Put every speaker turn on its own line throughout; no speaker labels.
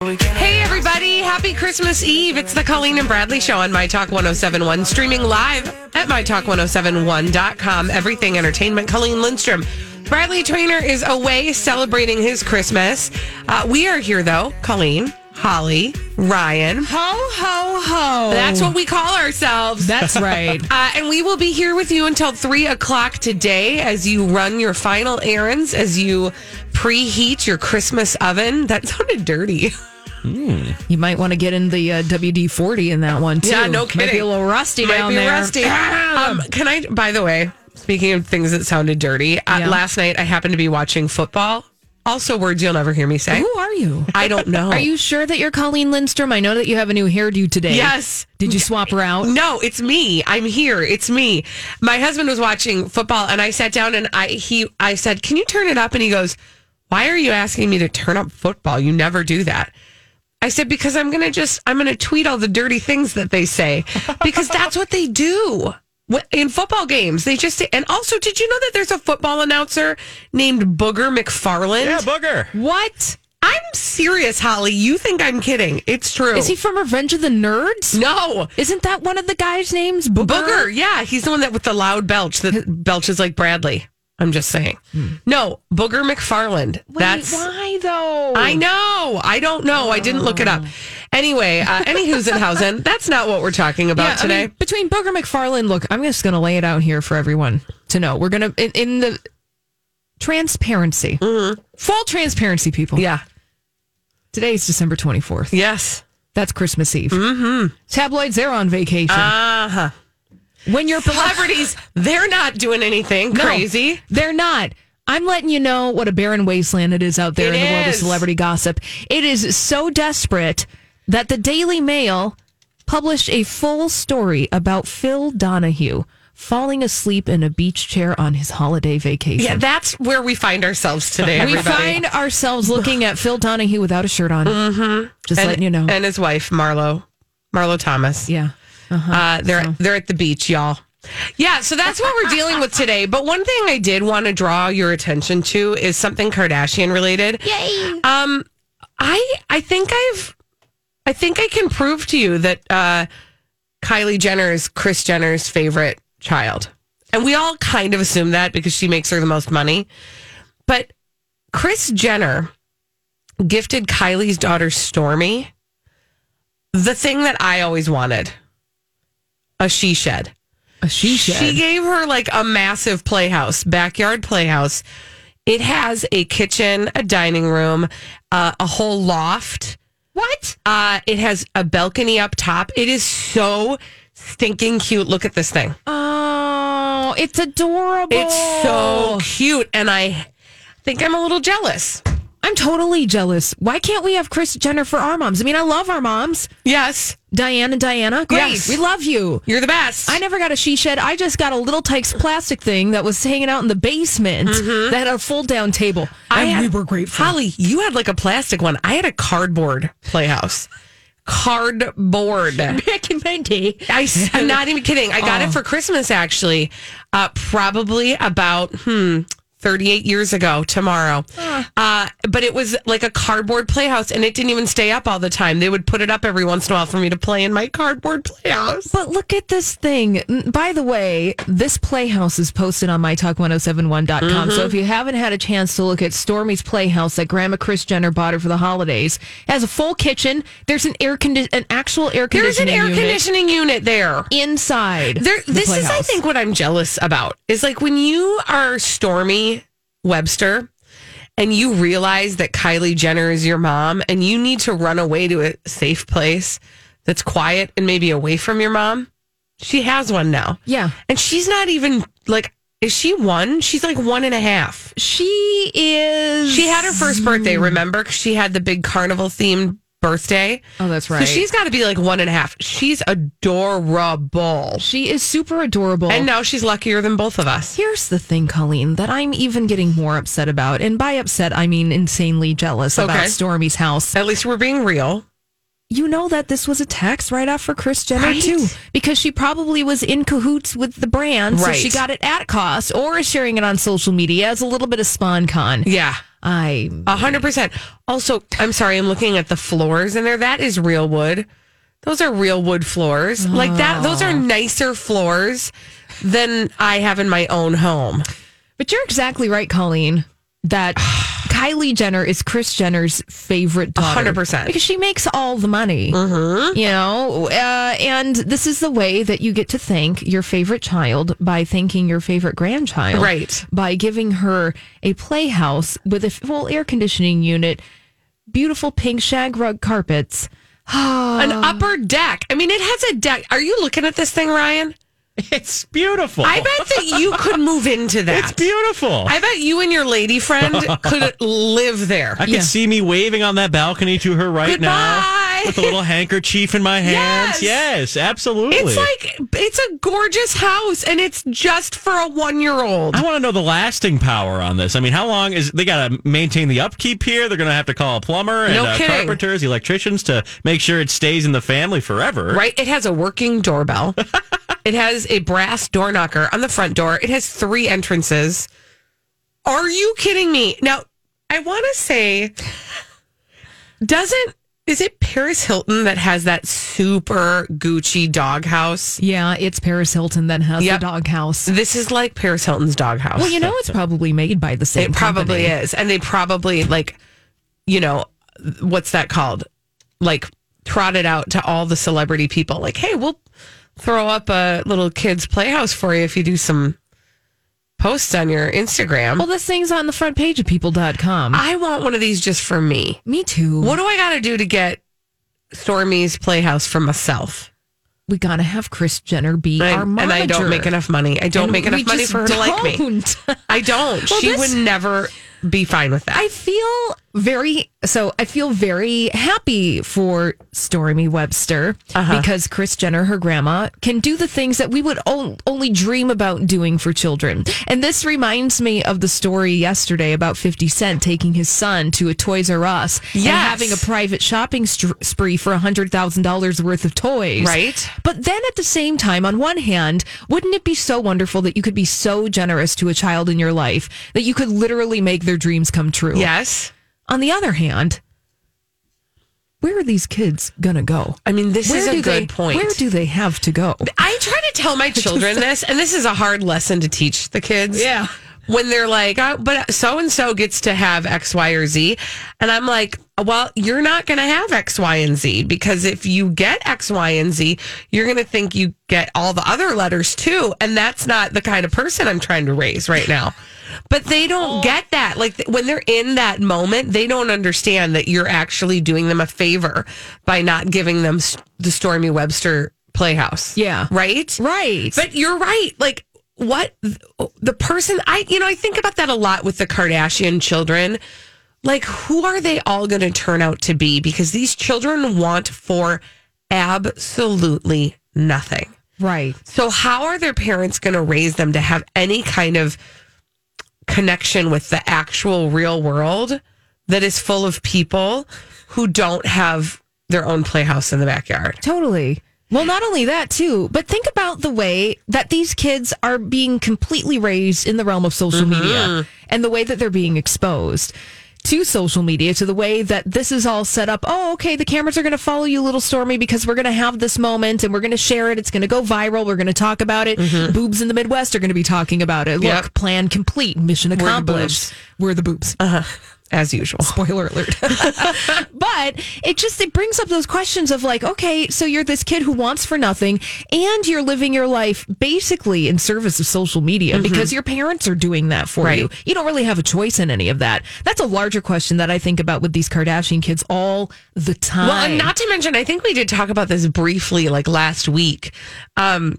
Hey, everybody. Happy Christmas Eve. It's the Colleen and Bradley Show on My Talk 1071, streaming live at MyTalk1071.com. Everything Entertainment. Colleen Lindstrom. Bradley Trainer is away celebrating his Christmas. Uh, we are here, though. Colleen, Holly, Ryan.
Ho ho ho.
That's what we call ourselves.
That's right.
Uh, and we will be here with you until three o'clock today as you run your final errands, as you preheat your Christmas oven. That sounded dirty.
you might want to get in the uh, WD forty in that one too.
Yeah, no kidding.
Might be a little rusty
Might
down
be
there.
Rusty. um, can I? By the way, speaking of things that sounded dirty, uh,
Yeah.
last night I happened to be watching football. Also, words you'll never hear me say.
Who are you?
I don't know.
Are you sure that you're Colleen Lindstrom? I know that you have a new hairdo today.
Yes.
Did you swap her out?
No, it's me. I'm here. It's me. My husband was watching football and I sat down and I he I said, "Can you turn it up?" and he goes, "Why are you asking me to turn up football? You never do that." I said because I'm going to just I'm going to tweet all the dirty things that they say because that's what they do. Wh- In football games, they just and also, did you know that there's a football announcer named Booger McFarland?
Yeah, booger.
What?
I'm serious, Holly. You think I'm kidding? It's true.
Is he from Revenge of the Nerds?
No,
Isn't that one of the guys' names? Booger.
Booger, yeah, he's the one that with the loud belch that belches like Bradley. I'm just saying. No, Booger McFarland.
Wait,
That's
why though?
I know. I don't know. I didn't look it up. Anyway, uh, any Housenhausen. That's not what we're talking about
Yeah, I
today.
mean, between Booger McFarland, look, I'm just going to lay it out here for everyone to know. We're going to in, in the transparency, full transparency, people.
Mm-hmm. yeah.
Today's December 24th.
Yes.
That's Christmas Eve. Mm-hmm. Tabloids, they're on vacation. Uh huh. When you're
Uh-huh. Celebrities, they're not doing anything
No,
crazy.
they're not. I'm letting you know what a barren wasteland it is out there
It
in the world of
is.
celebrity gossip. It is so desperate that the Daily Mail published a full story about Phil Donahue falling asleep in a beach chair on his holiday vacation.
Yeah, that's where we find ourselves today.
we
everybody.
find ourselves looking at Phil Donahue without a shirt on. Mm-hmm. Just
and,
letting you know.
and his wife Marlo, Marlo Thomas.
yeah.
Uh, they're they're at the beach, y'all. Yeah, so that's what we're dealing with today. But one thing I did want to draw your attention to is something Kardashian related. Yay! Um, I I think I've I think I can prove to you that uh, Kylie Jenner is Chris Jenner's favorite child, and we all kind of assume that because she makes her the most money. But Chris Jenner gifted Kylie's daughter Stormy the thing that I always wanted a she shed.
A she
She gave her like a massive playhouse, backyard playhouse. It has a kitchen, a dining room, uh, a whole loft. What? Uh, it has a balcony up top. It is so stinking cute. Look at this thing.
Oh, it's adorable.
It's so cute. And I think I'm a little jealous.
I'm totally jealous. Why can't we have Chris Jenner for our moms? I mean, I love our moms,
Yes,
Diane and Diana. Great,
Yes.
we love you.
you're the best.
I never got a she shed. I just got a little Tykes plastic thing that was hanging out in the basement that had a fold down table. And
Mm-hmm. had-
we were grateful.
Holly, you had like a plastic one. I had a cardboard playhouse. Cardboard.
Back in my day.
I, am
Oh.
not even kidding. I got it for Christmas, actually, uh, probably about hmm, 38 years ago tomorrow.
Ah.
Uh, but it was like a cardboard playhouse and it didn't even stay up all the time. They would put it up every once in a while for me to play in my cardboard playhouse.
But look at this thing. N- By the way, this playhouse is posted on mytalk1071.com.
Mm-hmm.
So if you haven't had a chance to look at Stormy's playhouse that Grandma Chris Jenner bought her for the holidays, it has a full kitchen. There's an air condi- an actual air
There's an
conditioning
air
unit
conditioning unit there.
inside.
There,
the
this is, I
playhouse.
think, what I'm jealous about is like when you are Stormy Webster and you realize that Kylie Jenner is your mom and you need to run away to a safe place that's quiet and maybe away from your mom. She has one now.
Yeah.
And she's not even like, is she one? She's like one and a half.
she is. Mm.
She had her first birthday, remember? 'Cause she had the big carnival themed birthday.
Oh, that's
So
right.
she's got to be like one and a half. She's adorable.
she is super adorable.
And now she's luckier than both of us.
Here's the thing, Colleen, that I'm even getting more upset about. And by upset, I mean insanely jealous
Okay.
about Stormy's house.
At least we're being real.
You know that this was a tax write off for Chris Jenner,
Right.
too, because she probably was in cahoots with the brand. So
Right.
she got it at cost or is sharing it on social media as a little bit of spawn con.
Yeah.
I.
A hundred percent. Also, I'm sorry, I'm looking at the floors in there. That is real wood. Those are real wood floors. Like that those
Ah.
are nicer floors than I have in my own home.
But you're exactly right, Colleen, that Kylie Jenner is Chris Jenner's favorite daughter.
100%.
Because she makes all the money. You know? Uh, and this is the way that you get to thank your favorite child by thanking your favorite grandchild.
Right.
By giving her a playhouse with a full air conditioning unit, beautiful pink shag rug carpets.
An
Ah.
upper deck. I mean, it has a deck. Are you looking at this thing, Ryan?
It's beautiful.
I bet that you could move into that.
Oh. It's beautiful. I,
I bet you and your lady friend could live there.
can
Yeah.
see me waving on that balcony to her right
Goodbye.
now with a little handkerchief in my
Yes.
hands. Yes, absolutely.
It's like it's a gorgeous house and it's just for a 1-year-old.
I want to know the lasting power on this. I mean, how long is they got to maintain the upkeep here? They're going to have to call a plumber and
No
uh,
kidding.
carpenters, electricians to make sure it stays in the family forever.
Right? It has a working doorbell. it has a brass door knocker on the front door. It has three entrances. Are you kidding me? Now, I want to say, doesn't is it Paris Hilton that has that super Gucci doghouse?
Yeah, it's Paris Hilton that has
Yep.
the doghouse.
This is like Paris Hilton's doghouse.
Well, you know, it's probably made by the same
It probably
company.
is. And they probably like, you know, what's that called? Like trotted out to all the celebrity people. Like, hey, we'll throw up a little kids playhouse for you if you do some posts on your Instagram.
Well, this thing's on the front page of people.com.
I want one of these just for me.
Me too.
What do I got to do to get Stormy's playhouse for myself?
we gotta have Chris Jenner be
And,
our
I- and
manager.
I don't make enough money. I don't
And
make
we
enough money
just
for her to like me.
don't.
I don't.
Well,
she
this-
would never be fine with that.
I feel very so. I feel very happy for Stormy Webster
Uh-huh.
because Chris Jenner, her grandma, can do the things that we would on- only dream about doing for children. And this reminds me of the story yesterday about Fifty Cent taking his son to a Toys R Us and
Yes.
having a private shopping str- spree for hundred thousand dollars worth of toys.
Right.
But then at the same time, on one hand, wouldn't it be so wonderful that you could be so generous to a child in your life that you could literally make their dreams come true?
yes.
On the other hand, where are these kids gonna go?
I mean, this is a
do
good
they,
point.
Where do they have to go?
I try to tell my children this, and this is a hard lesson to teach the kids.
Yeah.
When they're like, oh, but so and so gets to have X, Y, or Z. And I'm like, well, you're not going to have X, Y, and Z because if you get X, Y, and Z, you're going to think you get all the other letters too. And that's not the kind of person I'm trying to raise right now. But they don't get that. Like th- when they're in that moment, they don't understand that you're actually doing them a favor by not giving them s the Stormy Webster playhouse.
Yeah.
Right?
Right.
But you're right. Like what the person I you know, I think about that a lot with the Kardashian children. Like who are they all going to turn out to be because these children want for absolutely nothing.
right.
So how are their parents going to raise them to have any kind of connection with the actual real world that is full of people who don't have their own playhouse in the backyard?
Totally. Well, not only that, too, but think about the way that these kids are being completely raised in the realm of social
Mm-hmm.
media and the way that they're being exposed to social media, to the way that this is all set up. Oh, okay, the cameras are going to follow you, little Stormy, because we're going to have this moment and we're going to share it. It's going to go viral. We're going to talk about it. Boobs in the Midwest are going to be talking about it. Look,
Mm-hmm. Yep.
plan complete, mission
the
accomplished.
boobs.
We're the boobs.
Uh-huh. as usual.
Spoiler alert. but it just it brings up those questions of like, okay, so you're this kid who wants for nothing and you're living your life basically in service of social media
Mm-hmm.
because your parents are doing that for you. You don't really have a choice in any of that. That's a larger question that I think about with these Kardashian kids all the time.
Well, and not to mention, I think we did talk about this briefly like last week. Um,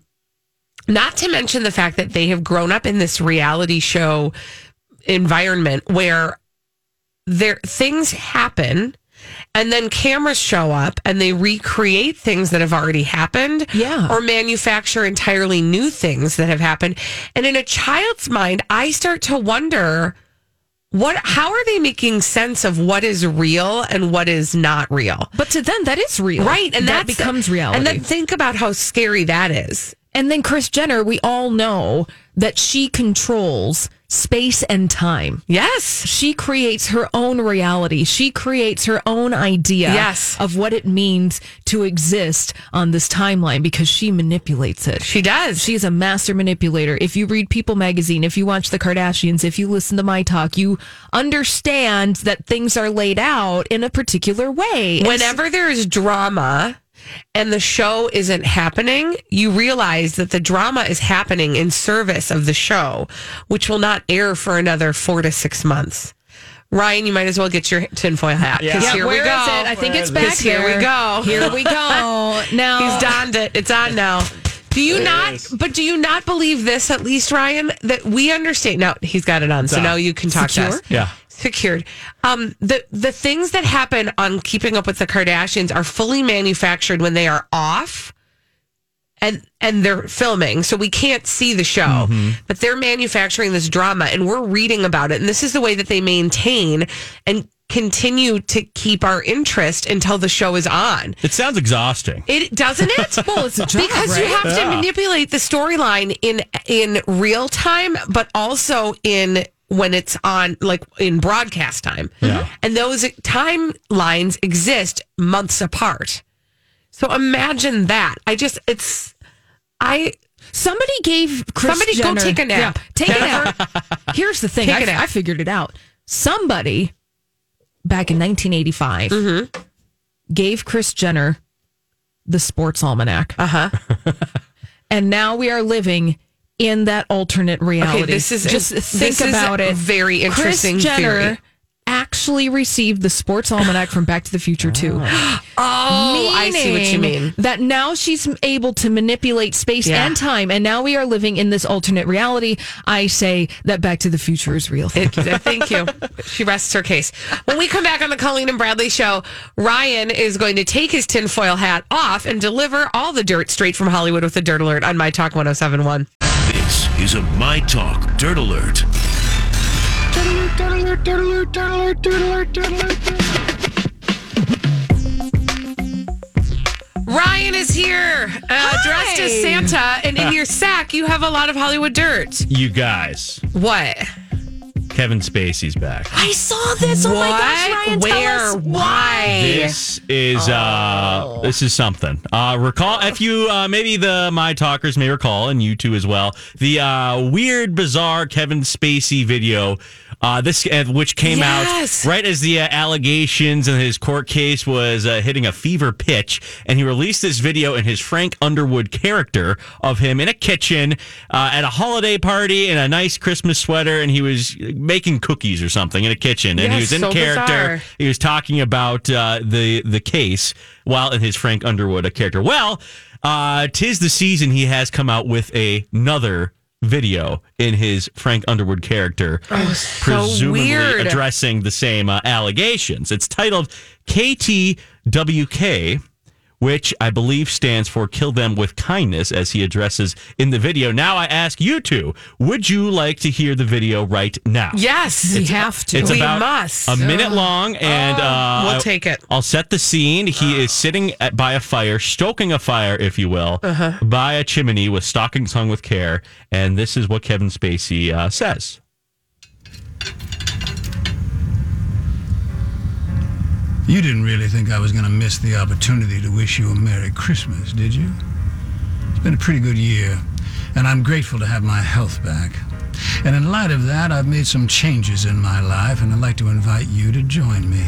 not to mention the fact that they have grown up in this reality show environment where there things happen and then cameras show up and they recreate things that have already happened
Yeah.
or manufacture entirely new things that have happened and in a child's mind i start to wonder what how are they making sense of what is real and what is not real
but to them, that is real,
Right, and
that
that's-
becomes reality.
And then think about how scary that is.
And then Chris Jenner, we all know that she controls space and time.
Yes.
she creates her own reality. She creates her own idea
Yes.
of what it means to exist on this timeline because she manipulates it.
She does.
She's a master manipulator. If you read People magazine, if you watch The Kardashians, if you listen to my talk, you understand that things are laid out in a particular way. And
Whenever there is drama and the show isn't happening, you realize that the drama is happening in service of the show, which will not air for another four to six months. Ryan, you might as well get your tinfoil hat. 'cause
Yeah.
Here
where
we go.
is it? I think it's
Where
back
is it? Here we go.
Here we go. Now
He's donned it. It's on now. Do you not?
is.
But do you not believe this? At least Ryan, that we understand. Now he's got it on, so
on.
now you can talk to
Secure?
us.
Yeah.
secured. Um, the the things that happen on Keeping Up with the Kardashians are fully manufactured when they are off. And and they're filming, so we can't see the show.
Mm-hmm.
But they're manufacturing this drama, and we're reading about it. And this is the way that they maintain and continue to keep our interest until the show is on.
It sounds exhausting.
It doesn't it? well, it's a
job,
because you
right?
have to
Yeah.
manipulate the storyline in in real time, but also in when it's on like in broadcast time. Mm-hmm.
Yeah.
And those timelines exist months apart. So imagine that. I just it's I
Somebody gave Chris
Somebody go
Jenner-
take a nap.
Yeah, take a nap. Here's the thing.
Take
I,
a nap.
I figured it out. Somebody back in 1985
Mm-hmm.
gave Chris Jenner the sports almanac. Uh
Uh-huh.
huh. and now we are living in that alternate reality.
this is-
just
this
think
is
about it.
very interesting
Chris Jenner
theory.
actually received the sports almanac from Back to the Future too.
Oh, I see what you
Meaning
mean.
That now she's able to manipulate space
Yeah.
and time, and now we are living in this alternate reality. I say that Back to the Future is real.
It, thank you. She rests her case. When we come back on the Colleen and Bradley show, Ryan is going to take his tinfoil hat off and deliver all the dirt straight from Hollywood with a dirt alert on My Talk 1071.
This is a My Talk Dirt Alert.
Ryan is here, uh, dressed as Santa, and in your sack, you have a lot of Hollywood dirt.
You guys,
What?
Kevin Spacey's back.
I saw this. Oh my
What?
gosh, Ryan, tell
Where?
us
Why?
This is
Oh.
uh, this is something. Uh, recall if you uh, maybe the my talkers may recall, and you too as well. The uh, weird, bizarre Kevin Spacey video. Uh, this uh, which came
Yes.
out right as the uh, allegations in his court case was uh, hitting a fever pitch, and he released this video in his Frank Underwood character of him in a kitchen uh, at a holiday party in a nice Christmas sweater, and he was uh, making cookies or something in a kitchen, and he
Yes,
was in
so
character
bizarre.
he was talking about uh, the the case while in his Frank Underwood a character. Well, uh, tis the season he has come out with a- another video in his Frank Underwood character, presumably
weird.
addressing the same uh, allegations. It's titled KTWK. which I believe stands for Kill Them with Kindness, as he addresses in the video. Now I ask you two, would you like to hear the video right now?
Yes.
We have to.
It's
We
about
must. Oh.
a minute long, and uh,
We'll
I-
take it.
I'll set the scene. He is sitting at, by a fire, stoking a fire, if you will,
Uh-huh.
by a chimney with stockings hung with care. And this is what Kevin Spacey uh, says.
You didn't really think I was going to miss the opportunity to wish you a Merry Christmas, did you? It's been a pretty good year, and I'm grateful to have my health back. And in light of that, I've made some changes in my life, and I'd like to invite you to join me.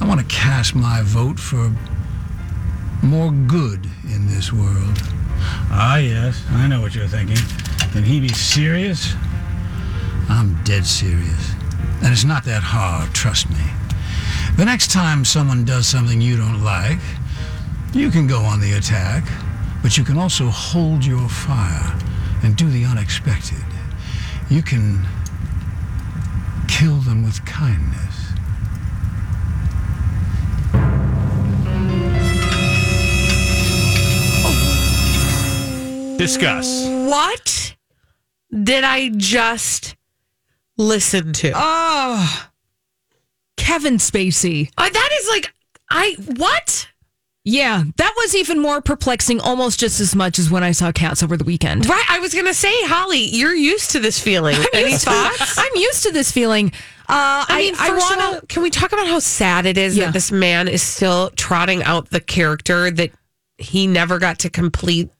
I want to cast my vote for more good in this world. Ah, yes, I know what you're thinking. Can he be serious? I'm dead serious. And it's not that hard, trust me. The next time someone does something you don't like, you can go on the attack, but you can also hold your fire and do the unexpected. You can kill them with kindness.
Discuss.
What did I just listen to?
Oh, Kevin Spacey.
Uh, that is like, I, what?
Yeah, that was even more perplexing, almost just as much as when I saw Cats over the weekend.
Right. I was going to say, Holly, you're used to this feeling. Any thoughts?
I'm used to this feeling. Uh,
I mean,
I,
first
wanna,
of all, can we talk about how sad it is
Yeah.
that this man is still trotting out the character that he never got to complete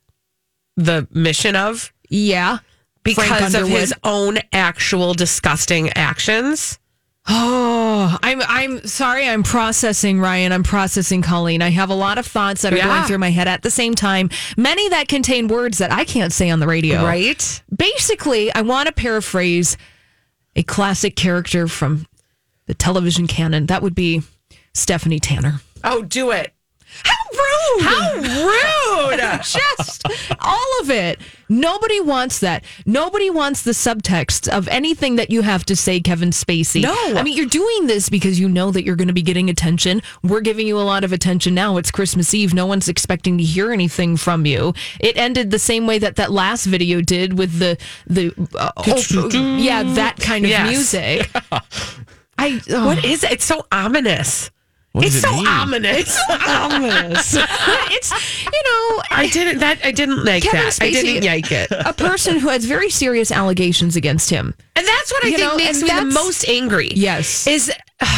the mission of
yeah.
because of
Underwood.
his own actual disgusting actions?
Oh, I'm I'm sorry. I'm processing, Ryan. I'm processing, Colleen. I have a lot of thoughts that are
Yeah.
going through my head at the same time. Many that contain words that I can't say on the radio.
Right?
Basically, I want to paraphrase a classic character from the television canon. That would be Stephanie Tanner.
Oh, do it.
How rude!
How rude.
just all of it. Nobody wants that. Nobody wants the subtext of anything that you have to say, Kevin Spacey.
No.
I mean, you're doing this because you know that you're going to be getting attention. We're giving you a lot of attention now. It's Christmas Eve. No one's expecting to hear anything from you. It ended the same way that that last video did with the the uh, oh, yeah that kind of
Yes.
music. I oh.
What is it? It's so ominous. it's
does it
so
mean?
ominous. It's so ominous.
it's you know
I didn't that I didn't like
Kevin
that. I
Spacey-
didn't like it.
a person who has very serious allegations against him.
And that's what I
You
think
know,
makes
and
me the
that's-
most angry.
Yes.
Is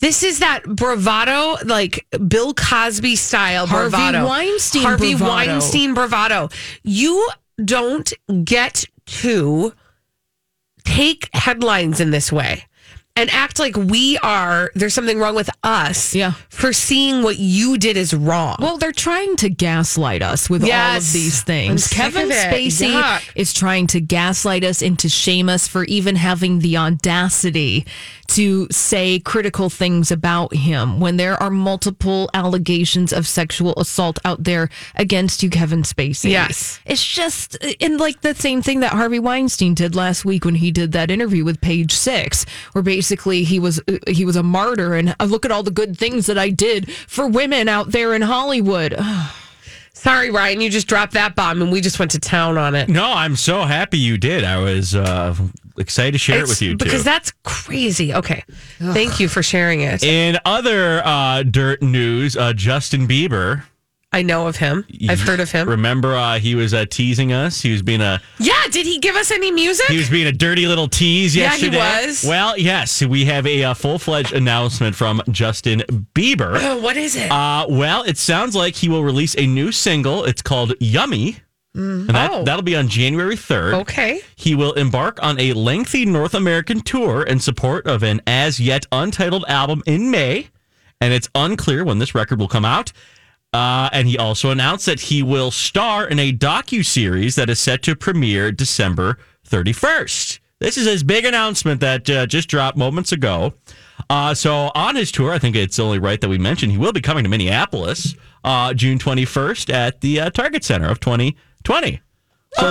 this is that bravado, like Bill Cosby style
Harvey
bravado.
Weinstein
Harvey
bravado.
Weinstein bravado. You don't get to take headlines in this way. and act like we are there's something wrong with us yeah. for seeing what you did is wrong.
Well, they're trying to gaslight us with all
Yes.
of these
I'm
things.
sick
Kevin
of it.
Spacey
Yuck.
is trying to gaslight us and to shame us for even having the audacity to say critical things about him when there are multiple allegations of sexual assault out there against you, Kevin Spacey.
Yes.
It's just, and like the same thing that Harvey Weinstein did last week when he did that interview with Page Six, where basically he was he was a martyr and "Oh, look at all the good things that I did for women out there in Hollywood.
Sorry, Ryan, you just dropped that bomb and we just went to town on it.
No, I'm so happy you did. I was uh, excited to share it
It's-
with you too.
Because that's crazy. Okay. Thank you for sharing it.
In other uh, dirt news, uh, Justin Bieber.
I know of him. I've heard of him.
Remember, uh, he was uh, teasing us. He was being a
Yeah, did he give us any music?
he was being a dirty little tease
Yeah, he
yesterday.
was.
Well, yes, we have a, uh full fledged announcement from Justin Bieber.
Oh, what is it?
Uh, well, it sounds like he will release a new single. It's called Yummy. And that,
Oh.
That'll be on January 3rd.
Okay.
He will embark on a lengthy North American tour in support of an as yet untitled album in May. And it's unclear when this record will come out. Uh, and he also announced that he will star in a docu series that is set to premiere December 31st. This is his big announcement that uh, just dropped moments ago. Uh, so on his tour, I think it's only right that we mention he will be coming to Minneapolis uh, June 21st at the uh, Target Center of 2020. So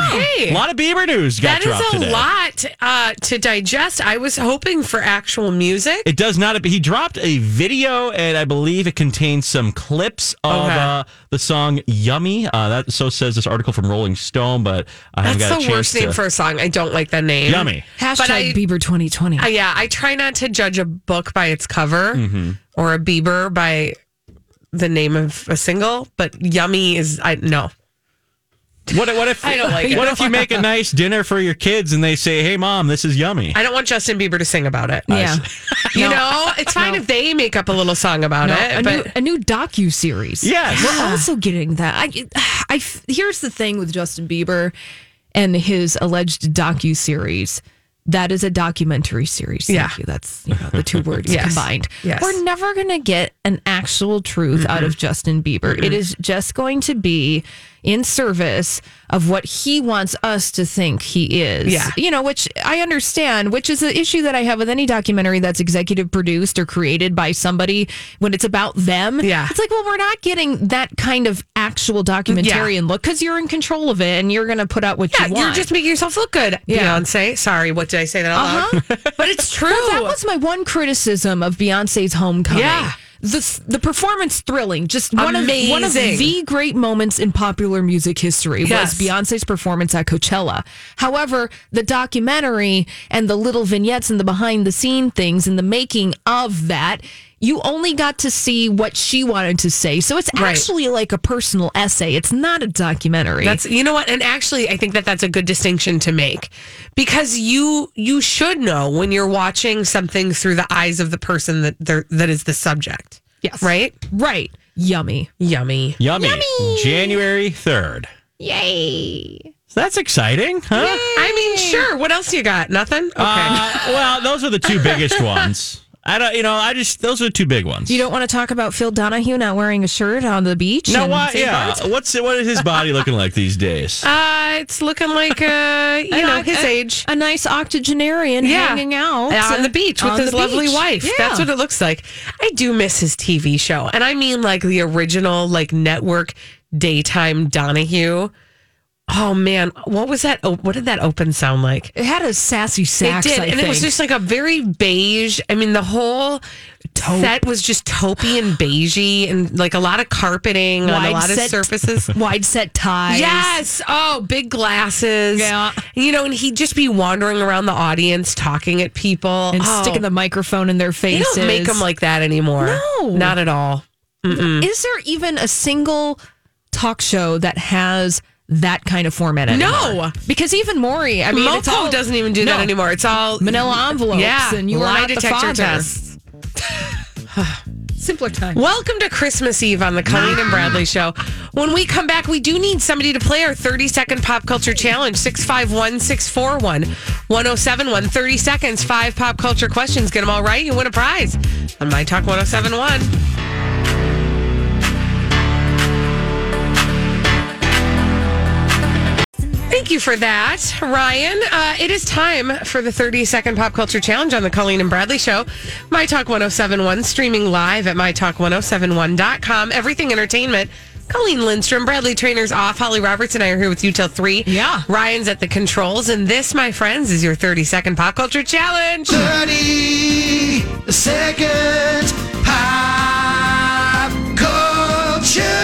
Okay.
a lot of Bieber news
That
got
is
dropped
a
today.
lot uh, to digest. I was hoping for actual music.
It does not. He dropped a video, and I believe it contains some clips of
Okay.
uh, the song "Yummy." Uh, that so says this article from Rolling Stone, but I haven't
That's
got a
the
chance
worst name
to-
for a song. I don't like that name.
Yummy.
Hashtag
But I-
Bieber 2020.
Uh, yeah, I try not to judge a book by its cover
Mm-hmm.
or a Bieber by the name of a single, but yummy is I no.
What, what if
I don't like it.
What if you make a nice dinner for your kids and they say, "Hey, mom, this is yummy."
I don't want Justin Bieber to sing about it.
Yeah.
you know, it's fine if they make up a little song about
No,
it,
a,
but
new, a new docu-series.
Yes.
We're also getting that. I, I, here's the thing with Justin Bieber and his alleged docu-series. That is a documentary series. Thank
Yeah.
you. That's you know, the two words
Yes.
combined.
Yes.
We're never going to get an actual truth out of Justin Bieber. It is just going to be in service of what he wants us to think he is.
Yeah.
You know, which I understand, which is an issue that I have with any documentary that's executive produced or created by somebody when it's about them. Yeah. It's like, well, we're not getting that kind of actual documentarian look because you're in control of it and you're going to put out what
yeah,
you
you're
want.
just making yourself look good,
Yeah.
Beyonce. Sorry, what did I say that out loud? Uh-huh. but it's true.
Well, that was my one criticism of Beyonce's homecoming.
Yeah.
The, the performance thrilling, just one of one of
Amazing.
the great moments in popular music history
Yes.
was Beyonce's performance at Coachella. However, the documentary and the little vignettes and the behind the scene things and the making of that, you only got to see what she wanted to say. So it's
Right.
actually like a personal essay. It's not a documentary.
That's you know what, and actually, I think that that's a good distinction to make because you you should know when you're watching something through the eyes of the person that they're, that is the subject.
Yes.
right,
right. Yummy.
yummy.
Yummy. January third.
Yay.
So that's exciting, huh?
I mean, sure. What else you got? Nothing. Okay.
Uh, well, those are the two biggest ones. I don't. You know, I just those are the two big ones.
You don't want to talk about Phil Donahue not wearing a shirt on the beach?
No,
and
what?
St.
Yeah.
Bart's?
What's what is his body looking like these days?
Uh, it's looking like uh, you
I
know his
a,
age.
A nice octogenarian
Yeah.
hanging out
on the beach with
on
his
the
lovely
beach.
wife.
Yeah.
That's what it looks like. I do miss his TV show. And I mean like the original like network daytime Donahue. Oh man, what was that? Oh, what did that open sound like?
It had a sassy sax.
it did,
I
and it was
think.
just like a very beige. I mean, the whole set was just taupey and beigey, and like a lot of carpeting on a
Wide
lot of
set-
surfaces.
wide set ties.
Yes. Oh, big glasses.
Yeah.
You know, and he'd just be wandering around the audience talking at people
And
Oh,
sticking the microphone in their
They
faces.
don't make them like that anymore.
No.
Not at all.
Is there even a single talk show that has that kind of format anymore?
No.
Because even Maury, I mean, it's
Mofo
all,
doesn't even do that
No.
anymore. It's all
Manila envelopes
Yeah.
and you are
lie
not the
detector
father.
tests.
Simpler time.
Welcome to Christmas Eve on the Colleen and Bradley Show. When we come back, we do need somebody to play our 30 second pop culture challenge 651 641 1071. 30 seconds, five pop culture questions. Get them all right. You win a prize on My Talk 1071. Thank you for that, Ryan. Uh, it is time for the 30 second pop culture challenge on the Colleen and Bradley show. My Talk 1071, streaming live at mytalk1071.com. Everything entertainment. Colleen Lindstrom, Bradley Trainers off. Holly Roberts and I are here with you till three. Yeah. Ryan's at the controls. And this, my friends, is your 30 second pop culture challenge.
30 second pop culture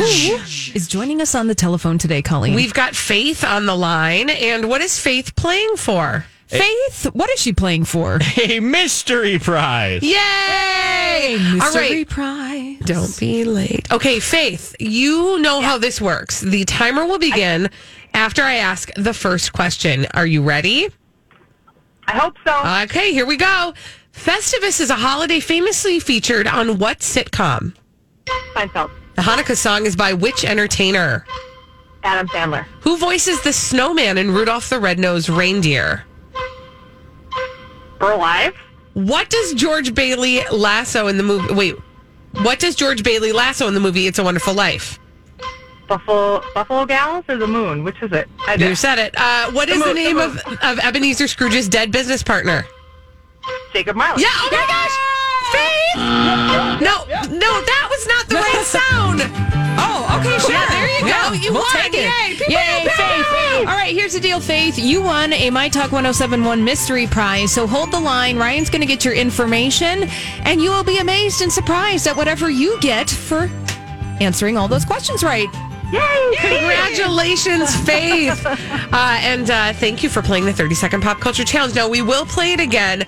Who is joining us on the telephone today, Colleen?
We've got Faith on the line. And what is Faith playing for?
Faith, what is she playing for?
A mystery prize.
Yay! All right.
prize.
Don't be late. Okay, Faith, you know how this works. The timer will begin after I ask the first question. Are you ready? I hope so. Okay, here we go. Festivus is a holiday famously featured on what sitcom? Seinfeld. The Hanukkah song is by which entertainer? Adam Sandler. Who voices the snowman in Rudolph the Red-Nosed Reindeer? We're alive. What does George Bailey lasso in the movie? Wait, what does George Bailey lasso in the movie It's a Wonderful Life?
Buffalo, Buffalo Gals or the Moon? Which is it? I
You said it. Uh, what
The
is the
moon, the
name of,
moon.
of Ebenezer Scrooge's dead business partner?
Jacob Marley.
Yeah. Oh my gosh. Faith. No, no, that was not the right sound.
Oh, okay, sure.
Yeah, there you go.
Yeah,
You
we'll
won.
Take it.
Yay. People
Yay,
go,
Faith.
"Yay."
All right, here's the deal, Faith. You won a My Talk 1071 mystery prize. So hold the line. Ryan's going to get your information, and you will be amazed and surprised at whatever you get for answering all those questions right.
Yay! Congratulations, Faith. Uh, and uh, thank you for playing the 30 Second Pop Culture Challenge. Now, we will play it again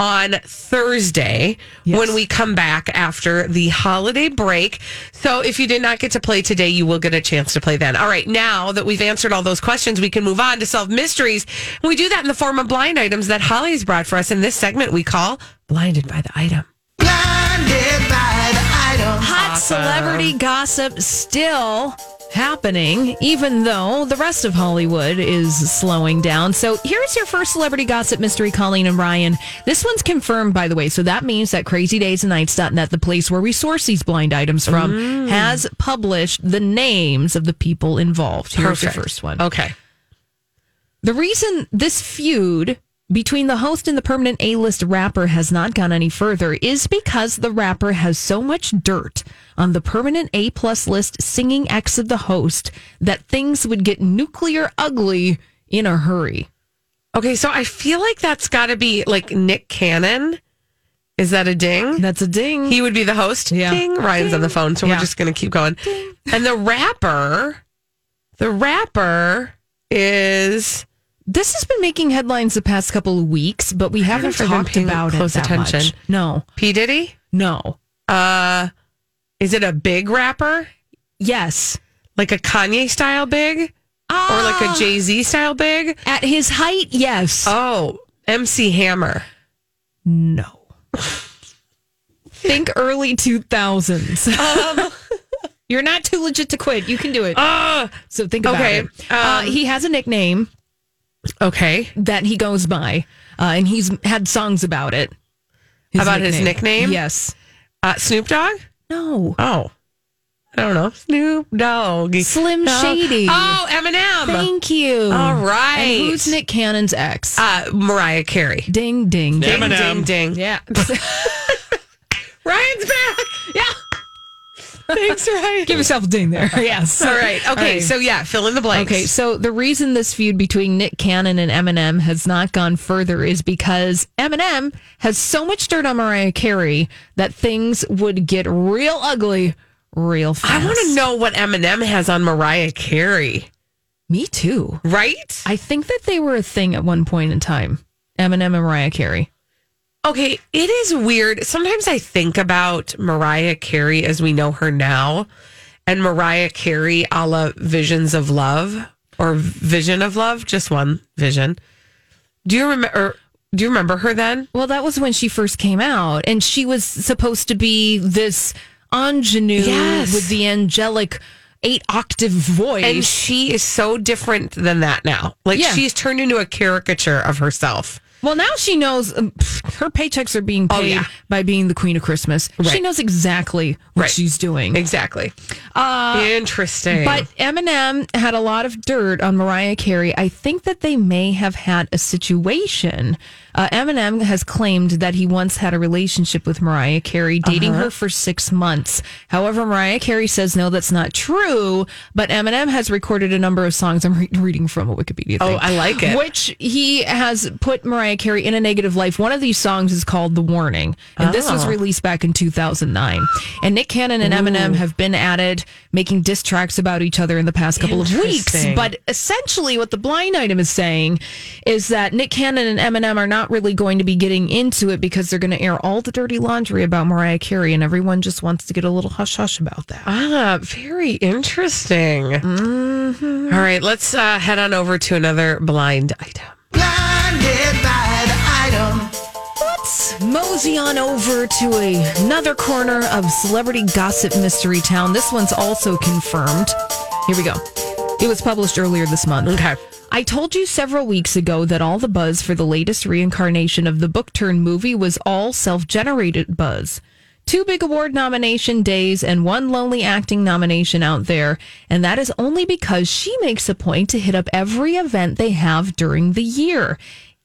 on Thursday when we come back after the holiday break. So, if you did not get to play today, you will get a chance to play then. All right, now that we've answered all those questions, we can move on to solve mysteries. And we do that in the form of blind items that Holly's brought for us in this segment we call Blinded by the Item.
Blinded by the item.
Hot
Awesome.
celebrity gossip still happening, even though the rest of Hollywood is slowing down. So here's your first celebrity gossip mystery, Colleen and Ryan. This one's confirmed, by the way. So that means that crazydaysandnights.net, the place where we source these blind items from, has published the names of the people involved. Here's your
Perfect.
first one.
Okay.
The reason this feud between the host and the permanent A list rapper has not gone any further is because the rapper has so much dirt on the permanent A plus list singing ex of the host that things would get nuclear ugly in a hurry.
Okay, so I feel like that's got to be like Nick Cannon. Is that a ding?
That's a ding.
He would be the host. Yeah. Ding. Ryan's on the phone, so
Yeah.
we're just going to keep going. And the rapper, the rapper is.
This has been making headlines the past couple of weeks, but we haven't
if I've been
talked
paying
about
close
it that
attention.
much. No.
P Diddy.
No.
Uh, is it a big rapper?
Yes. Ah,
Like a Kanye style big, or like a Jay Z style big?
At his height, yes.
Oh, MC Hammer.
No. Think early 2000s. You're not too legit to quit. You can do it. Ah, so think about
okay,
it. Uh,
um,
he has a nickname
Okay.
that he goes by, uh, and he's had songs about it.
About his nickname?
Yes.
Uh, Snoop Dogg.
No.
Oh, I don't know. Snoop Dogg.
Slim
No.
Shady.
Oh, Eminem.
Thank you.
All right.
And who's Nick Cannon's ex?
Uh, Mariah Carey.
ding, ding, ding.
Ding, ding, ding.
Yeah.
Ryan's back.
yeah.
Thanks, Ryan.
Give yourself a ding there. yes.
All right. Okay.
All right.
So yeah, fill in the blanks.
Okay, so the reason this feud between Nick Cannon and Eminem has not gone further is because Eminem has so much dirt on Mariah Carey that things would get real ugly real fast.
I want to know what Eminem has on Mariah Carey.
Me too.
Right?
I think that they were a thing at one point in time. Eminem and Mariah Carey.
Okay. It is weird. Sometimes I think about Mariah Carey as we know her now, and Mariah Carey a la Visions of Love or Vision of Love, just one vision. Do you remember? Do you remember her then?
Well, that was when she first came out, and she was supposed to be this ingenue
Yes.
with the angelic eight octave voice.
And she is so different than that now. Like
Yeah.
she's turned into a caricature of herself.
well, now she knows um, pff, her paychecks are being paid
Oh, yeah.
by being the queen of Christmas. She
Right.
knows exactly what
Right.
she's doing.
Exactly.
Uh,
Interesting.
But Eminem had a lot of dirt on Mariah Carey. I think that they may have had a situation. Uh, Eminem has claimed that he once had a relationship with Mariah Carey, dating
Uh-huh.
her for six months. However, Mariah Carey says no, that's not true. But Eminem has recorded a number of songs. I'm re- reading from a Wikipedia. Thing,
Oh, I like it.
Which he has put Mariah Carey in a negative life. One of these songs is called "The Warning," and this was
Oh.
released released back in 2009. And Nick Cannon and Eminem have been at it, making diss tracks about each other in the past couple of weeks.
Interesting.
But essentially, what the blind item is saying is that Nick Cannon and Eminem are not really going to be getting into it because they're going to air all the dirty laundry about Mariah Carey, and everyone just wants to get a little hush hush about that.
Ah, very interesting.
Mm-hmm.
All right, let's uh, head on over to another blind item.
Blinded by the item.
Let's mosey on over to a- another corner of celebrity gossip mystery town. This one's also confirmed. Here we go. It was published earlier this month.
Okay.
I told you several weeks ago that all the buzz for the latest reincarnation of the book turn movie was all self generated buzz. Two big award nomination days and one lonely acting nomination out there. And that is only because she makes a point to hit up every event they have during the year.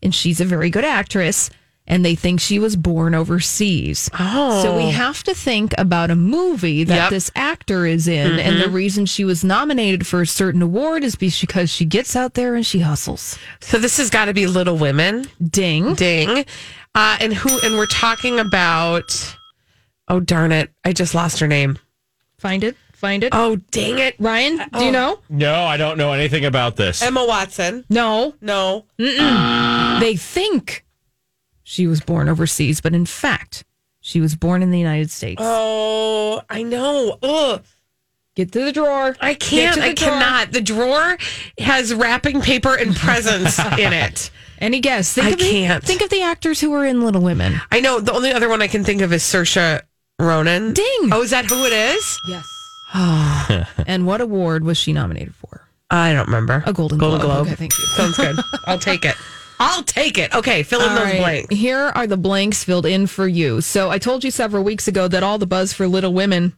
And she's a very good actress and they think she was born overseas.
Oh.
So we have to think about a movie that
Yep. Mm-hmm.
this actor is in, and the reason she was nominated for a certain award is because she gets out there and she hustles.
So this has got to be Little Women.
Ding.
Ding. Uh, and who? And we're talking about. Oh darn it! I just lost her name.
Find it. Find it.
Oh dang it! Oh,
Ryan, do you know?
No, I don't know anything about this.
Emma Watson.
No.
No.
They think she was born overseas, but in fact, she was born in the United States.
Oh, I know. Ugh.
Get to the drawer.
I
Get
can't.
to the
I
drawer.
cannot. The drawer has wrapping paper and presents in it.
Any guess? Think
I
of the,
can't.
Think of the actors who were in Little Women.
I know. The only other one I can think of is Saoirse Ronan.
Ding.
Oh, is that who it is?
Yes. and what award was she nominated for?
I don't remember.
A Golden
Golden
Globe.
Globe.
Okay, thank you.
Sounds good. I'll take it. I'll take it. Okay, fill in
All
those
right,
blanks.
Here are the blanks filled in for you. So I told you several weeks ago that all the buzz for Little Women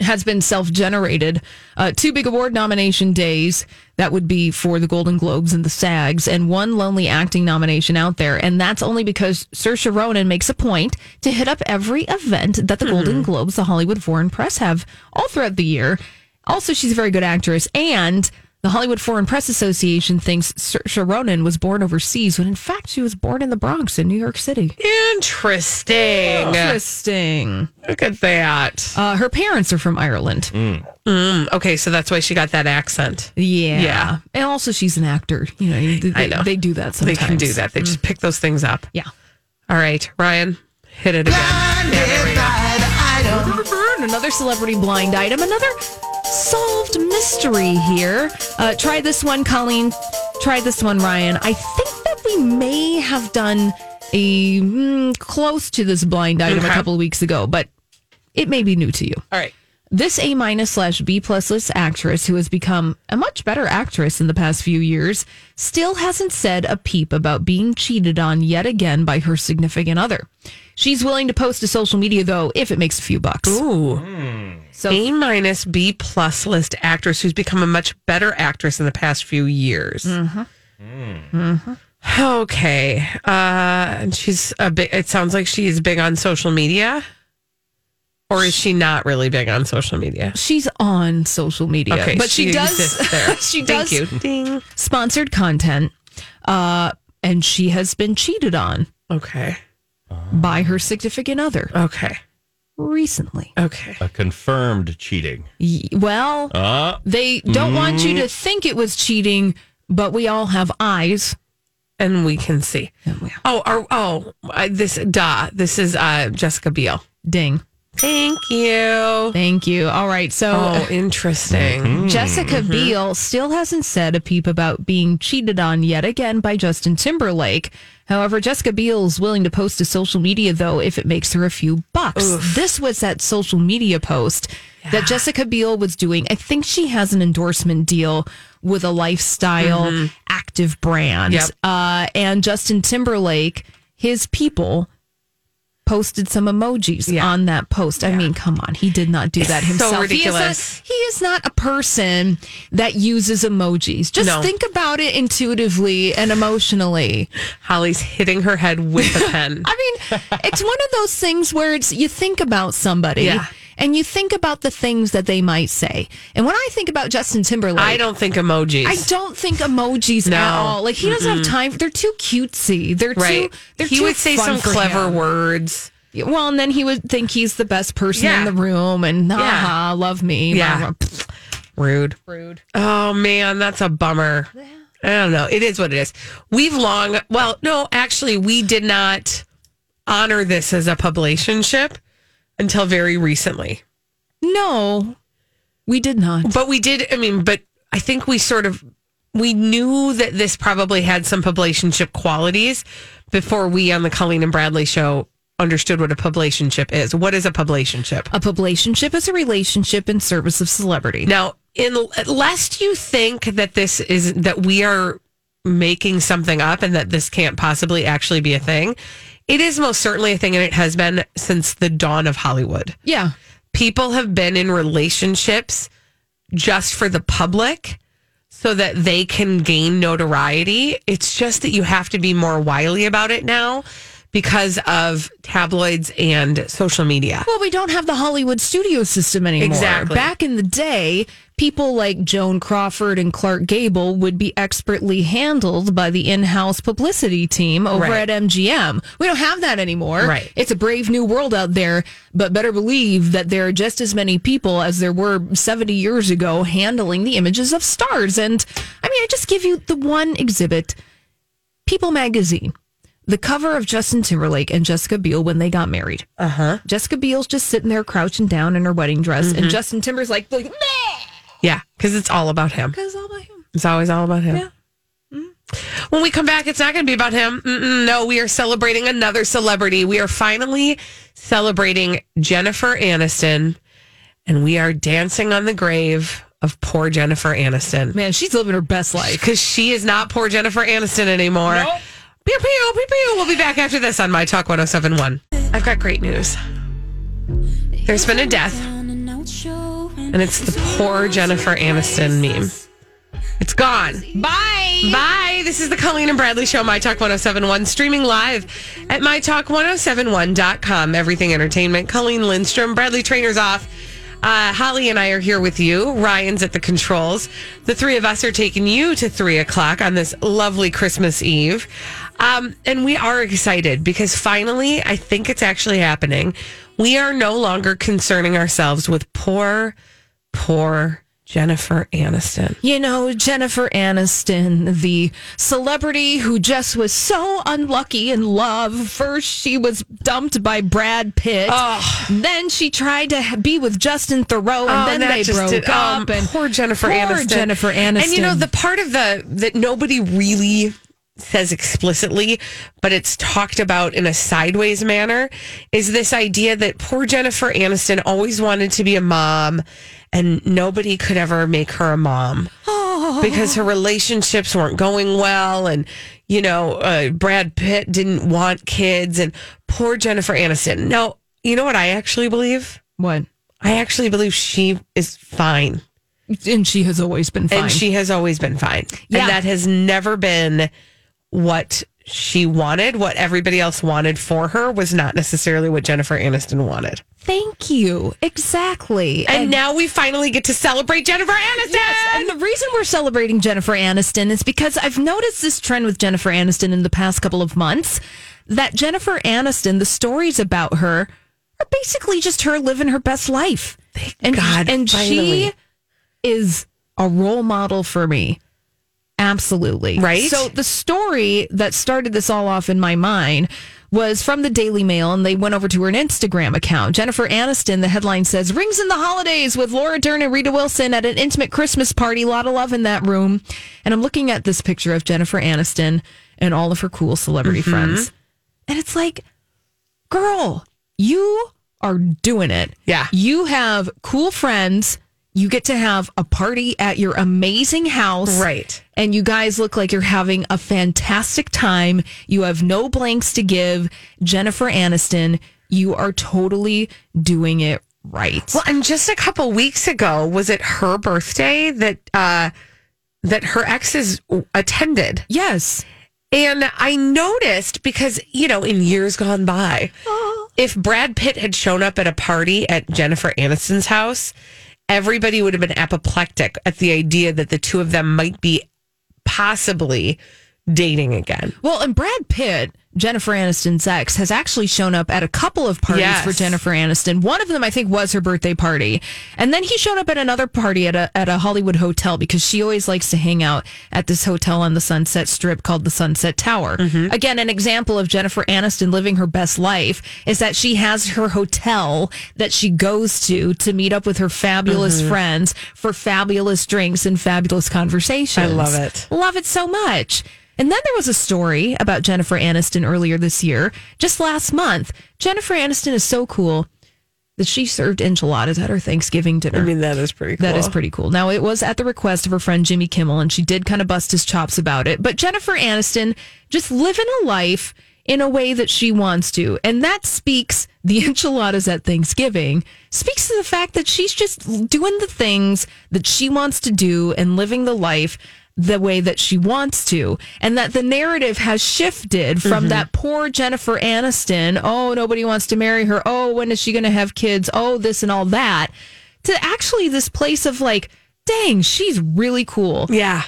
has been self-generated. Uh, two big award nomination days that would be for the Golden Globes and the SAGs, and one lonely acting nomination out there, and that's only because Saoirse Ronan makes a point to hit up every event that the Golden Globes, the Hollywood Foreign Press have all throughout the year. Also, she's a very good actress, and the Hollywood Foreign Press Association thinks Saoirse Ronan was born overseas when in fact she was born in the Bronx in New York City.
Interesting.
Oh, Interesting.
Look at that.
Uh, her parents are from Ireland.
Mm, okay, so that's why she got that accent.
Yeah.
Yeah.
And also, she's an actor. You know, they,
I know.
they do that
They
sometimes. Mm.
can do that. They just pick those things up.
Yeah. Ah!
All right, Ryan, hit it again. Yeah, there
Blinded
we
by
go.
the item.
Another celebrity blind item. Another solved mystery here. Uh, try this one, Colleen. Try this one, Ryan. I think that we may have done a mm, close to this blind item a
Okay.
couple of weeks ago, but it may be new to you.
All right.
This A minus slash B plus list actress who has become a much better actress in the past few years still hasn't said a peep about being cheated on yet again by her significant other. She's willing to post to social media though if it makes a few bucks.
Ooh.
So
A minus B plus list actress who's become a much better actress in the past few years.
Mm-hmm.
Mm-hmm. Okay. Uh, and she's a big, it sounds like she is big on social media. Or is she not really big on social media?
she's on social media,
Okay,
but she,
exists
does
there.
she
Thank
does
you. Ding.
sponsored content, uh, and she has been cheated on
Okay.
by her significant other
Okay.
recently.
Okay.
A confirmed cheating.
Y- Well,
Uh,
They don't want
mm.
you to think it was cheating, but we all have eyes.
And we can see.
And we-
Oh, are, oh, I, this, duh. This is uh, Jessica Biel.
Ding.
Thank you.
Thank you. All right. So
Oh, interesting. Mhm.
Jessica
Mhm.
Biel still hasn't said a peep about being cheated on yet again by Justin Timberlake. However, Jessica Biel is willing to post to social media though if it makes her a few bucks. This was that social media post that Jessica Biel was doing. I think she has an endorsement deal with a lifestyle
Mhm.
active brand.
Yep.
Uh, and Justin Timberlake, his people posted some emojis on that post. I mean, come on, he did not do
It's
that
so
himself.
ridiculous.
He is, not, he is not a person that uses emojis. Just
No.
think about it intuitively and emotionally.
Holly's hitting her head with a pen.
I mean, it's one of those things where it's you think about somebody.
Yeah.
And you think about the things that they might say. And when I think about Justin Timberlake,
I don't think emojis.
I don't think emojis
No.
at all. Like he doesn't
Mm-mm.
have time. They're too cutesy. They're
Right.
too. They're
He
too
would say
fun
some
for
clever
him.
words.
Well, and then he would think he's the best person
Yeah.
in the room, and ha
Yeah.
ha, love me.
Yeah.
rah, rah.
Rude. Rude. Oh man, that's a bummer. I don't know. It is what it is. We've long well, no, actually we did not honor this as a publicationship until very recently.
No, we did not.
But we did I mean, but I think we sort of we knew that this probably had some publicationship qualities before we on the Colleen and Bradley show understood what a publicationship is. What is a publicationship?
A publicationship is a relationship in service of celebrity.
Now, in, lest you think that this is that we are making something up and that this can't possibly actually be a thing, it is most certainly a thing, and it has been since the dawn of Hollywood.
Yeah.
People have been in relationships just for the public so that they can gain notoriety. It's just that you have to be more wily about it now because of tabloids and social media.
Well, we don't have the Hollywood studio system anymore.
Exactly.
Back in the day, people like Joan Crawford and Clark Gable would be expertly handled by the in-house publicity team over
Right.
at MGM. We don't have that anymore.
Right.
It's a brave new world out there, but better believe that there are just as many people as there were 70 years ago handling the images of stars. And I mean, I just give you the one exhibit People magazine. The cover of Justin Timberlake and Jessica Biel when they got married. Uh
huh.
Jessica Biel's just sitting there crouching down in her wedding dress, and
Mhm.
Justin Timber's like, like
Yeah, because it's all about him.
because all about him.
It's always all about him. Yeah. Mm-hmm. When we come back, it's not going to be about him. Mm-mm, no, we are celebrating another celebrity. We are finally celebrating Jennifer Aniston, and we are dancing on the grave of poor Jennifer Aniston.
Man, she's living her best life
because she is not poor Jennifer Aniston anymore. Pew, pew, pew, pew. We'll be back after this on My Talk 1071. I've got great news. There's been a death, and it's the poor Jennifer Aniston meme. It's gone.
Bye.
Bye. This is the Colleen and Bradley Show, My Talk 1071, streaming live at MyTalk1071.com. Everything Entertainment. Colleen Lindstrom, Bradley Trainers off. Uh, Holly and I are here with you. Ryan's at the controls. The three of us are taking you to three o'clock on this lovely Christmas Eve. Um, and we are excited because finally, I think it's actually happening. We are no longer concerning ourselves with poor, poor Jennifer Aniston.
You know, Jennifer Aniston, the celebrity who just was so unlucky in love. First, she was dumped by Brad Pitt. Then she tried to ha- be with Justin Thoreau, and
Oh,
then
that
they
just
broke
did- oh,
up. and
poor Jennifer
poor
Aniston.
Jennifer Aniston.
And you know the part of the that nobody really says explicitly, but it's talked about in a sideways manner is this idea that poor Jennifer Aniston always wanted to be a mom and nobody could ever make her a mom because her relationships weren't going well and you know uh, brad pitt didn't want kids and poor jennifer aniston no you know what i actually believe
what
i actually believe she is fine
and she has always been fine.
and she has always been fine
Yeah.
and that has never been what she wanted what everybody else wanted for her was not necessarily what jennifer aniston wanted
Thank you. Exactly.
and, now we finally get to celebrate jennifer aniston
Yes, and the reason we're celebrating Jennifer Aniston is because I've noticed this trend with Jennifer Aniston in the past couple of months that Jennifer Aniston, the stories about her are basically just her living her best life. and
God,
and she
finally.
is a role model for me. Absolutely.
Right?
So the story that started this all off in my mind was from the Daily Mail, and they went over to her Instagram account. Jennifer Aniston, the headline says, Rings in the Holidays with Laura Dern and Rita Wilson at an intimate Christmas party. Lot of love in that room. And I'm looking at this picture of Jennifer Aniston and all of her cool celebrity
Mhm.
friends. And it's like, girl, you are doing it. Yeah. You have cool friends. You get to have a party at your amazing house. Right. And you guys look like you're having a fantastic time. You have no blanks to give. Jennifer Aniston, you are totally doing it right.
Well, and just a couple weeks ago, was it her birthday that uh, that her exes attended?
Yes.
And I noticed because you know, in years gone by, if Brad Pitt had shown up at a party at Jennifer Aniston's house, everybody would have been apoplectic at the idea that the two of them might be possibly dating again.
Well, and Brad Pitt, Jennifer Aniston's ex, has actually shown up at a couple of parties
Yes.
for Jennifer Aniston. One of them, I think, was her birthday party, and then he showed up at another party at a at a Hollywood hotel because she always likes to hang out at this hotel on the Sunset Strip called the Sunset Tower.
Mm-hmm.
Again, an example of Jennifer Aniston living her best life is that she has her hotel that she goes to to meet up with her fabulous
Mhm.
friends for fabulous drinks and fabulous conversations.
I love it.
Love it so much. And then there was a story about Jennifer Aniston earlier this year, just last month. Jennifer Aniston is so cool that she served enchiladas at her Thanksgiving dinner. I mean,
that is pretty
That
cool.
is pretty cool. Now, it was at the request of her friend Jimmy Kimmel, and she did kind of bust his chops about it. But Jennifer Aniston just living a life in a way that she wants to. And that speaks the enchiladas at Thanksgiving, speaks to the fact that she's just doing the things that she wants to do and living the life the way that she wants to and that the narrative has shifted from
Mhm.
that poor Jennifer Aniston, oh nobody wants to marry her, oh when is she going to have kids, oh this and all that to actually this place of like dang, she's really cool.
Yeah.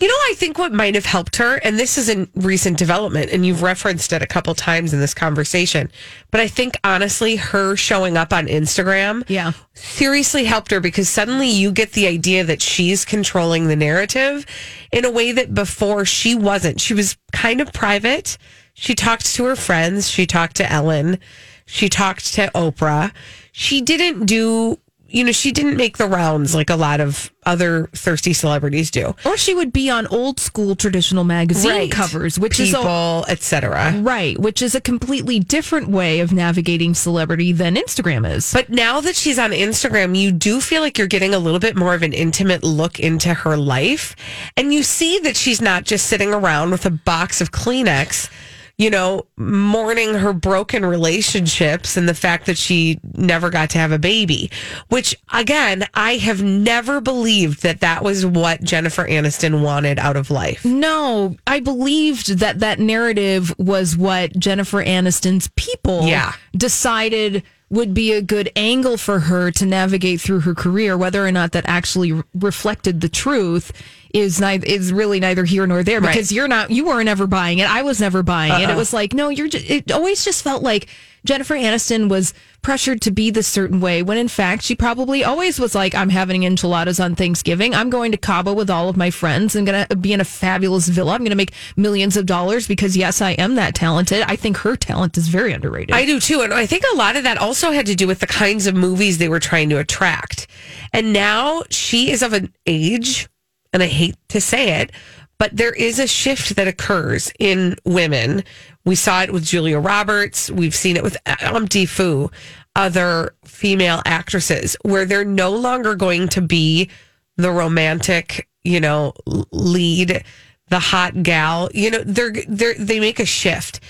You know, I think what might have helped her, and this is a recent development, and you've referenced it a couple times in this conversation, but I think honestly, her showing up on Instagram
yeah.
seriously helped her because suddenly you get the idea that she's controlling the narrative in a way that before she wasn't. She was kind of private. She talked to her friends, she talked to Ellen, she talked to Oprah. She didn't do you know, she didn't make the rounds like a lot of other thirsty celebrities do.
Or she would be on old school traditional magazine
Right.
covers, which is a
people, etc.
Right, which is a completely different way of navigating celebrity than Instagram is.
But now that she's on Instagram, you do feel like you're getting a little bit more of an intimate look into her life. And you see that she's not just sitting around with a box of Kleenex, you know, mourning her broken relationships and the fact that she never got to have a baby, which again, I have never believed that that was what Jennifer Aniston wanted out of life.
No, I believed that that narrative was what Jennifer Aniston's people
Yeah.
decided would be a good angle for her to navigate through her career. Whether or not that actually re- reflected the truth is neither is really neither here nor there
Right.
because you're not you were never buying it. I was never buying it. It
Uh-uh.
was like no, you're. Just, it always just felt like Jennifer Aniston was pressured to be this certain way when in fact she probably always was like, I'm having enchiladas on Thanksgiving. I'm going to Cabo with all of my friends. I'm going to be in a fabulous villa. I'm going to make millions of dollars because, yes, I am that talented. I think her talent is very underrated.
I do too. And I think a lot of that also had to do with the kinds of movies they were trying to attract. And now she is of an age, and I hate to say it, but there is a shift that occurs in women. We saw it with Julia Roberts, we've seen it with Umpty Fu, other female actresses, where they're no longer going to be the romantic, you know, l- lead, the hot gal. You know, they're, they're they make a shift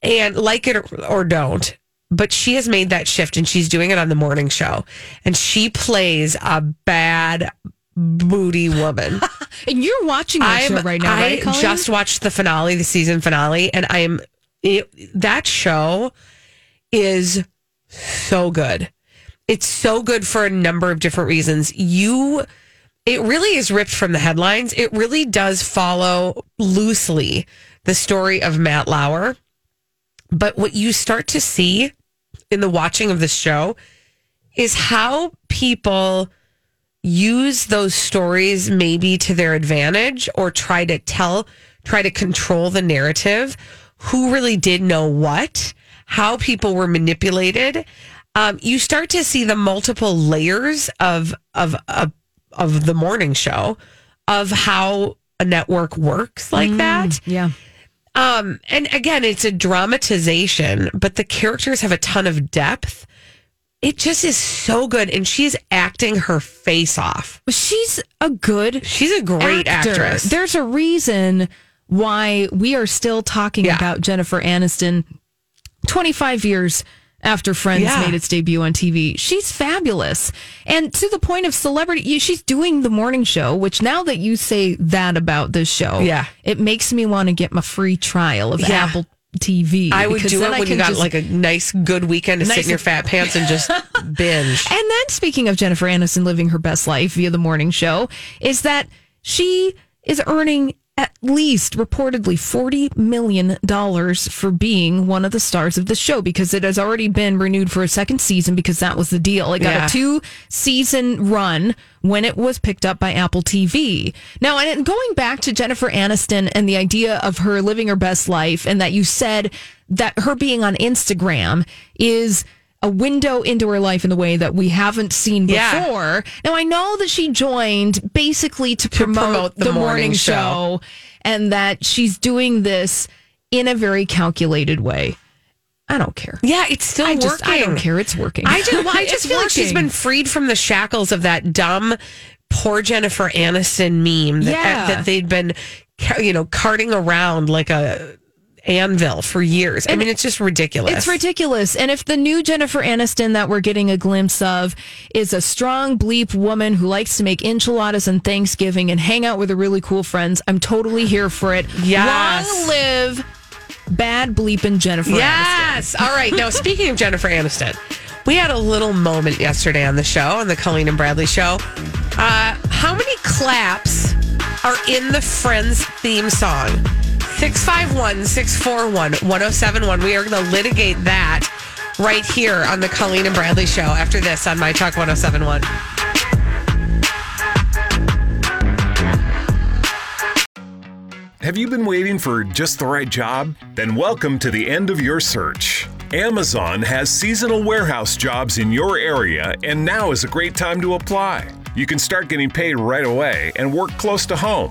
and like it or- or don't but she has made that shift and she's doing it on the morning show and she plays a bad booty woman
and you're watching that show right now,
I
right, Colleen?
just watched the finale the season finale and i am it, that show is so good it's so good for a number of different reasons you it really is ripped from the headlines it really does follow loosely the story of matt lauer but what you start to see in the watching of this show is how people use those stories maybe to their advantage or try to tell, try to control the narrative who really did know what, how people were manipulated, um, you start to see the multiple layers of of of, of the morning show of how a network works like that.
Yeah.
Um, and again, it's a dramatization, but the characters have a ton of depth. It just is so good, and she's acting her face off.
She's a good.
She's a great
actor.
actress.
There's a reason why we are still talking about Jennifer Aniston 25 years after Friends
Yeah.
made its debut on TV. She's fabulous. And to the point of celebrity, you- she's doing the morning show, which now that you say that about this show,
Yeah.
it makes me want to get my free trial of
Yeah.
Apple TV.
I would
because
do
then
it when
can
you got
just-
like a nice, good weekend to sit
Nice-
in your fat pants and just binge.
And then speaking of Jennifer Aniston living her best life via the morning show, is that she is earning at least reportedly $40 million for being one of the stars of the show because it has already been renewed for a second season because that was the deal. It got
Yeah.
a two season run when it was picked up by Apple TV. Now, and going back to Jennifer Aniston and the idea of her living her best life, and that you said that her being on Instagram is a window into her life in a way that we haven't seen before.
Yeah.
Now, I know that she joined basically to promote,
promote
the, morning, show. and that she's doing this in a very calculated way. I don't care.
Yeah, it's still
I
working.
just- I don't care. It's working.
I just, well, I
It's
just feel like she's
working.
been freed from the shackles of that dumb, poor Jennifer Aniston meme that, uh,
Yeah.
that they'd been, ca- you know, carting around like a anvil for years. I mean, it's just ridiculous.
It's ridiculous. And if the new Jennifer Aniston that we're getting a glimpse of is a strong bleep woman who likes to make enchiladas on Thanksgiving and hang out with her really cool friends, I'm totally here for it.
Yes.
Long live bad bleeping Jennifer
Yes. All right. Now, speaking of Jennifer Aniston, we had a little moment yesterday on the show, on the Colleen and Bradley show. Uh, how many claps are in the Friends theme song? 651 641 1071. We are going to litigate that right here on the Colleen and Bradley show after this on My Talk 1071.
Have you been waiting for just the right job? Then welcome to the end of your search. Amazon has seasonal warehouse jobs in your area, and now is a great time to apply. You can start getting paid right away and work close to home.